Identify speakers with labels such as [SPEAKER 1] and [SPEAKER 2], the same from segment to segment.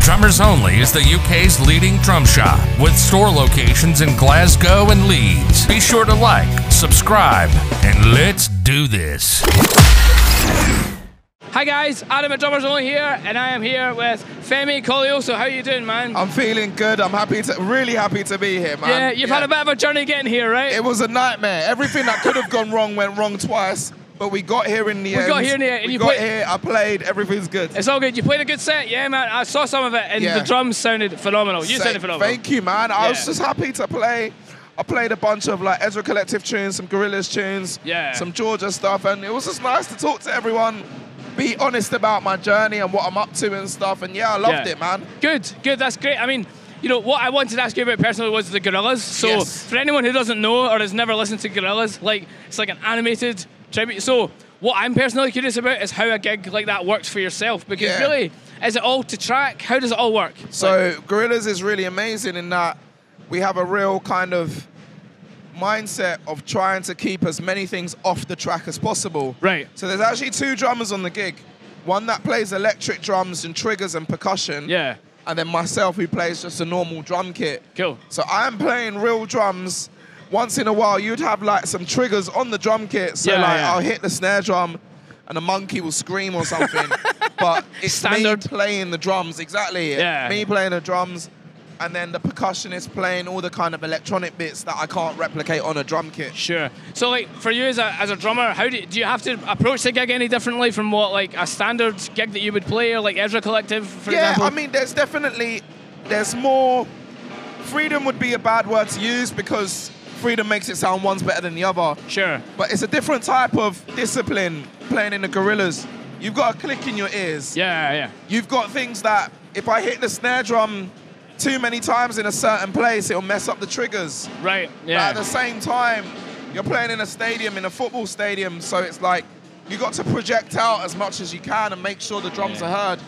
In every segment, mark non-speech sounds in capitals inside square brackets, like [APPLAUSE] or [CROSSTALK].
[SPEAKER 1] Drummers Only is the UK's leading drum shop with store locations in Glasgow and Leeds. Be sure to like, subscribe, and let's do this.
[SPEAKER 2] Hi guys, Adam at Drummers Only here, and I am here with Femi Colioso. How you doing, man?
[SPEAKER 3] I'm feeling good. I'm happy to, really happy to be here, Oh, man.
[SPEAKER 2] yeah, you've had a bit of a journey getting here, right?
[SPEAKER 3] It was a nightmare. Everything that could have gone wrong went wrong twice, but we got here in the end.
[SPEAKER 2] got here in the end, and
[SPEAKER 3] We
[SPEAKER 2] you
[SPEAKER 3] got
[SPEAKER 2] played-
[SPEAKER 3] here. I played. Everything's good.
[SPEAKER 2] it's all good. You played a good set, yeah, man. I saw some of it, and
[SPEAKER 3] Yeah.
[SPEAKER 2] the drums sounded phenomenal. You
[SPEAKER 3] Say-
[SPEAKER 2] sounded phenomenal.
[SPEAKER 3] Thank you, man. I was
[SPEAKER 2] Yeah.
[SPEAKER 3] just happy to play. I played a bunch of like Ezra Collective tunes, some Gorillas tunes,
[SPEAKER 2] Yeah.
[SPEAKER 3] some Georgia stuff, and it was just nice to talk to everyone, be honest about my journey and what I'm up to and stuff. And yeah, I loved
[SPEAKER 2] Yeah.
[SPEAKER 3] it, man.
[SPEAKER 2] Good, good. That's great. I mean, you know what I wanted to ask you about personally was the Gorillas. So
[SPEAKER 3] Yes.
[SPEAKER 2] for anyone who doesn't know or has never listened to Gorillas, like it's like an animated tribute. So what I'm personally curious about is how a gig like that works for yourself. Because
[SPEAKER 3] Yeah.
[SPEAKER 2] really, is it all to track? How does it all work?
[SPEAKER 3] So Gorillas is really amazing in that we have a real kind of mindset of trying to keep as many things off the track as possible.
[SPEAKER 2] Right.
[SPEAKER 3] So there's actually two drummers on the gig. One that plays electric drums and triggers and percussion.
[SPEAKER 2] yeah,
[SPEAKER 3] And then myself who plays just a normal drum kit.
[SPEAKER 2] cool.
[SPEAKER 3] So I'm playing real drums. Once in a while, you'd have like some triggers on the drum kit. So
[SPEAKER 2] Yeah,
[SPEAKER 3] like
[SPEAKER 2] yeah.
[SPEAKER 3] I'll hit the snare drum, and a monkey will scream or [LAUGHS] something. but it's
[SPEAKER 2] Standard.
[SPEAKER 3] me playing the drums exactly.
[SPEAKER 2] Yeah.
[SPEAKER 3] Me playing the drums, and then the percussionist playing all the kind of electronic bits that I can't replicate on a drum kit.
[SPEAKER 2] Sure. So, like, for you as a, as a drummer, how do, do you have to approach the gig any differently from what like a standard gig that you would play, or like Ezra Collective, for
[SPEAKER 3] yeah,
[SPEAKER 2] example?
[SPEAKER 3] I mean, there's definitely there's more. Freedom would be a bad word to use because freedom makes it sound one's better than the other.
[SPEAKER 2] sure.
[SPEAKER 3] But it's a different type of discipline playing in the gorillas. You've got a click in your ears.
[SPEAKER 2] Yeah, yeah.
[SPEAKER 3] You've got things that if I hit the snare drum too many times in a certain place, it'll mess up the triggers.
[SPEAKER 2] Right.
[SPEAKER 3] But
[SPEAKER 2] Yeah.
[SPEAKER 3] at the same time, you're playing in a stadium, in a football stadium, so it's like you got to project out as much as you can and make sure the drums
[SPEAKER 2] Yeah.
[SPEAKER 3] are heard.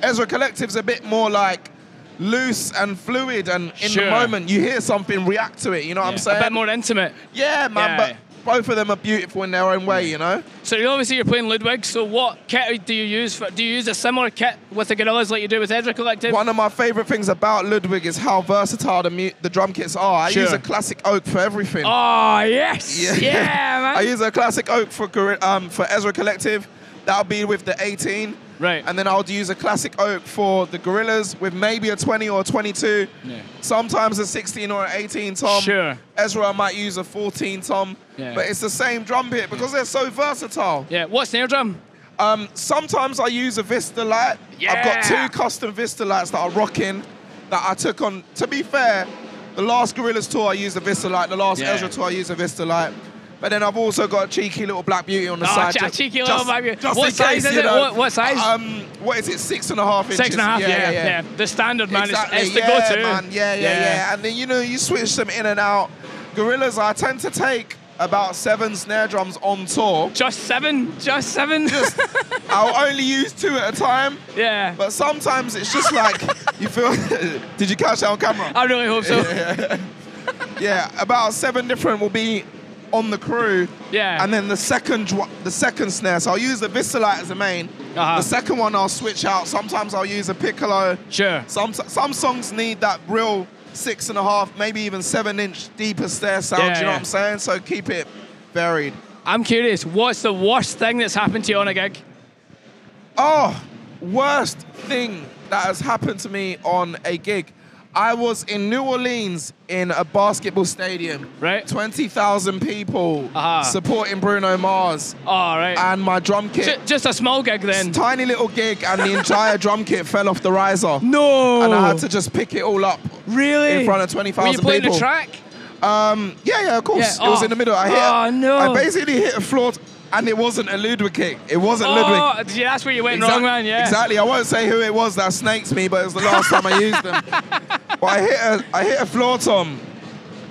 [SPEAKER 3] Ezra Collective's a bit more like loose and fluid and in
[SPEAKER 2] Sure.
[SPEAKER 3] the moment you hear something, react to it, you know what
[SPEAKER 2] Yeah.
[SPEAKER 3] I'm saying?
[SPEAKER 2] A bit more intimate.
[SPEAKER 3] Yeah, man,
[SPEAKER 2] Yeah.
[SPEAKER 3] but both of them are beautiful in their own way, you know?
[SPEAKER 2] So you obviously you're playing Ludwig. So what kit do you use? For, do you use a similar kit with the Gorillas like you do with Ezra Collective?
[SPEAKER 3] [LAUGHS] One of my favorite things about Ludwig is how versatile the, mu- the drum kits are. I
[SPEAKER 2] Sure.
[SPEAKER 3] use a classic oak for everything.
[SPEAKER 2] Oh yes. Yeah,
[SPEAKER 3] Yeah.
[SPEAKER 2] man.
[SPEAKER 3] [LAUGHS] I use a classic oak for Gori- um, for Ezra Collective. That'll be with the 18.
[SPEAKER 2] Right.
[SPEAKER 3] And then I'll use a classic oak for the Gorillas with maybe a 20 or a 22.
[SPEAKER 2] Yeah.
[SPEAKER 3] Sometimes a 16 or an 18 tom.
[SPEAKER 2] Sure.
[SPEAKER 3] Ezra might use a 14 tom.
[SPEAKER 2] Yeah.
[SPEAKER 3] But it's the same drum kit because they're so versatile.
[SPEAKER 2] yeah. What snare drum?
[SPEAKER 3] Um, sometimes I use a Vista light. I've got
[SPEAKER 2] Yeah.
[SPEAKER 3] two custom Vista lights that are rocking that I took on. To be fair, the last Gorillas tour I used a Vista light. The last
[SPEAKER 2] Yeah.
[SPEAKER 3] Ezra tour I used a Vista light. But then I've also got a cheeky little Black Beauty on the
[SPEAKER 2] Oh,
[SPEAKER 3] side.
[SPEAKER 2] a
[SPEAKER 3] ju-
[SPEAKER 2] cheeky little Black Beauty. What
[SPEAKER 3] in
[SPEAKER 2] size is
[SPEAKER 3] you
[SPEAKER 2] it? What- what size?
[SPEAKER 3] Um, what is it? Six and a half inches.
[SPEAKER 2] Six and a half. Yeah, yeah. The standard man. It's-
[SPEAKER 3] Exactly.
[SPEAKER 2] It's, the
[SPEAKER 3] yeah,
[SPEAKER 2] go-to.
[SPEAKER 3] man. Yeah, yeah, yeah, And then you know you switch them in and out. Gorillas, I tend to take about seven snare drums on tour.
[SPEAKER 2] Just seven. Just
[SPEAKER 3] [LAUGHS]
[SPEAKER 2] seven.
[SPEAKER 3] I'll only use two at a time.
[SPEAKER 2] yeah.
[SPEAKER 3] But sometimes it's just like
[SPEAKER 2] [LAUGHS]
[SPEAKER 3] you feel. [LAUGHS] Did you catch that on camera?
[SPEAKER 2] I really hope so.
[SPEAKER 3] Yeah, about seven different will be on the crew.
[SPEAKER 2] Yeah.
[SPEAKER 3] And then the second dr- the second snare. So I'll use the Vistalite as the main.
[SPEAKER 2] Uh-huh.
[SPEAKER 3] The second one I'll switch out. Sometimes I'll use a piccolo.
[SPEAKER 2] Sure.
[SPEAKER 3] Some some songs need that real six and a half, maybe even seven inch deeper snare sound.
[SPEAKER 2] Yeah,
[SPEAKER 3] you know
[SPEAKER 2] yeah.
[SPEAKER 3] what I'm saying? So keep it varied.
[SPEAKER 2] I'm curious. What's the worst thing that's happened to you on a gig?
[SPEAKER 3] Oh, worst thing that has happened to me on a gig. I was in New Orleans in a basketball stadium.
[SPEAKER 2] Right.
[SPEAKER 3] 20,000 people
[SPEAKER 2] Aha.
[SPEAKER 3] supporting Bruno Mars
[SPEAKER 2] All Oh, right.
[SPEAKER 3] and my drum
[SPEAKER 2] Ju-
[SPEAKER 3] kit.
[SPEAKER 2] just a small gig then.
[SPEAKER 3] Tiny little gig and
[SPEAKER 2] [LAUGHS]
[SPEAKER 3] the entire drum kit fell off the riser.
[SPEAKER 2] No.
[SPEAKER 3] And I had to just pick it all up.
[SPEAKER 2] really
[SPEAKER 3] in front of
[SPEAKER 2] Were you
[SPEAKER 3] 20,000
[SPEAKER 2] playing the
[SPEAKER 3] people.
[SPEAKER 2] track?
[SPEAKER 3] Um, yeah, yeah, of course.
[SPEAKER 2] Yeah,
[SPEAKER 3] It was
[SPEAKER 2] oh.
[SPEAKER 3] in the middle. I hit.
[SPEAKER 2] Oh, no.
[SPEAKER 3] I basically hit a floor, and it wasn't a Ludwig kick. It wasn't Ludwig.
[SPEAKER 2] Oh, yeah, that's where you went
[SPEAKER 3] Exact-
[SPEAKER 2] wrong, man. Yeah.
[SPEAKER 3] Exactly. I won't say who it was that snakes me, but it was the last time I
[SPEAKER 2] [LAUGHS]
[SPEAKER 3] used them. But I hit a, I hit a floor tom,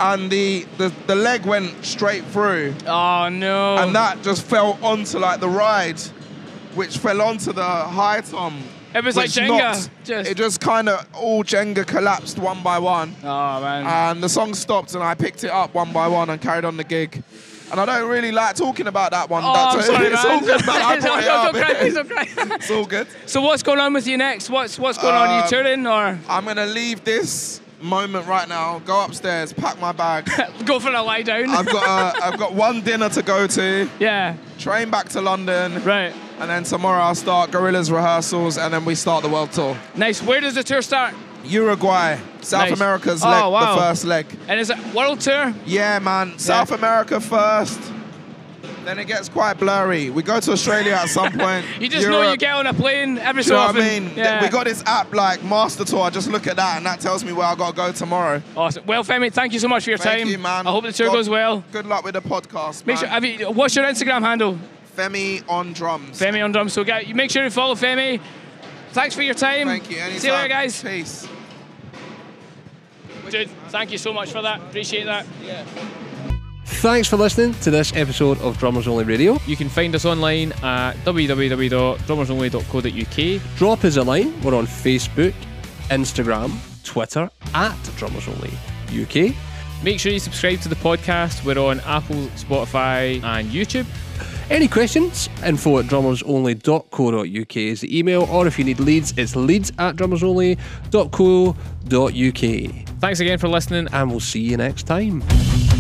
[SPEAKER 3] and the, the the leg went straight through,
[SPEAKER 2] Oh no.
[SPEAKER 3] and that just fell onto like the ride, which fell onto the high tom.
[SPEAKER 2] It was like
[SPEAKER 3] which
[SPEAKER 2] Jenga,
[SPEAKER 3] knocked-
[SPEAKER 2] just-
[SPEAKER 3] It just kind of all Jenga collapsed one by one,
[SPEAKER 2] oh man.
[SPEAKER 3] and the song stopped, and I picked it up one by one and carried on the gig. And I don't really like talking about that one.
[SPEAKER 2] Oh,
[SPEAKER 3] That's
[SPEAKER 2] I'm
[SPEAKER 3] it.
[SPEAKER 2] sorry,
[SPEAKER 3] [LAUGHS] it's
[SPEAKER 2] man.
[SPEAKER 3] all
[SPEAKER 2] [LAUGHS]
[SPEAKER 3] good, man. I
[SPEAKER 2] No,
[SPEAKER 3] brought it
[SPEAKER 2] no,
[SPEAKER 3] up.
[SPEAKER 2] don't cry, please don't cry.
[SPEAKER 3] [LAUGHS] it's all good.
[SPEAKER 2] [LAUGHS] So what's going on with you next? What's what's going on? Are you
[SPEAKER 3] Um,
[SPEAKER 2] touring or [LAUGHS]
[SPEAKER 3] I'm gonna leave this moment right now. Go upstairs, pack my bag.
[SPEAKER 2] go for a lie down?
[SPEAKER 3] I've got uh, I've got one dinner to go to.
[SPEAKER 2] [LAUGHS] yeah,
[SPEAKER 3] Train back to London,
[SPEAKER 2] right.
[SPEAKER 3] and then tomorrow I'll start Gorillas rehearsals, and then we start the world tour.
[SPEAKER 2] Nice. Where does the tour start?
[SPEAKER 3] Uruguay, South
[SPEAKER 2] Nice.
[SPEAKER 3] America's
[SPEAKER 2] Oh,
[SPEAKER 3] leg,
[SPEAKER 2] wow.
[SPEAKER 3] the first leg.
[SPEAKER 2] And is it world tour?
[SPEAKER 3] Yeah, man. South America first. Then it gets quite blurry. We go to Australia at
[SPEAKER 2] [LAUGHS]
[SPEAKER 3] some point.
[SPEAKER 2] You just know
[SPEAKER 3] Europe.
[SPEAKER 2] you get on a plane every
[SPEAKER 3] Do
[SPEAKER 2] so
[SPEAKER 3] you know what
[SPEAKER 2] often.
[SPEAKER 3] I mean?
[SPEAKER 2] Yeah.
[SPEAKER 3] We got this app like Master Tour. I just look at that and that tells me where I gotta go tomorrow.
[SPEAKER 2] awesome. Well, Femi, thank you so much for your
[SPEAKER 3] Thank
[SPEAKER 2] time.
[SPEAKER 3] you, man.
[SPEAKER 2] I hope the tour
[SPEAKER 3] God-
[SPEAKER 2] goes well.
[SPEAKER 3] Good luck with the podcast.
[SPEAKER 2] Make
[SPEAKER 3] man.
[SPEAKER 2] sure. Have you, what's your Instagram handle?
[SPEAKER 3] Femi on drums.
[SPEAKER 2] Femi on drums. So guy, you make sure you follow Femi. Thanks for your time.
[SPEAKER 3] Thank you. Anytime.
[SPEAKER 2] See you later, guys.
[SPEAKER 3] Peace.
[SPEAKER 2] Dude, thank you so much for that. Appreciate that.
[SPEAKER 4] Thanks for listening to this episode of Drummers Only Radio.
[SPEAKER 2] You can find us online at www.drummersonly.co.uk.
[SPEAKER 4] Drop us a line. We're on Facebook, Instagram, Twitter at Drummers Only UK.
[SPEAKER 2] Make sure you subscribe to the podcast. We're on Apple, Spotify, and YouTube.
[SPEAKER 4] Any questions? Info at drummersonly.co.uk is the email, or if you need leads, it's leads at drummersonly.co.uk.
[SPEAKER 2] Thanks again for listening.
[SPEAKER 4] And we'll see you next time.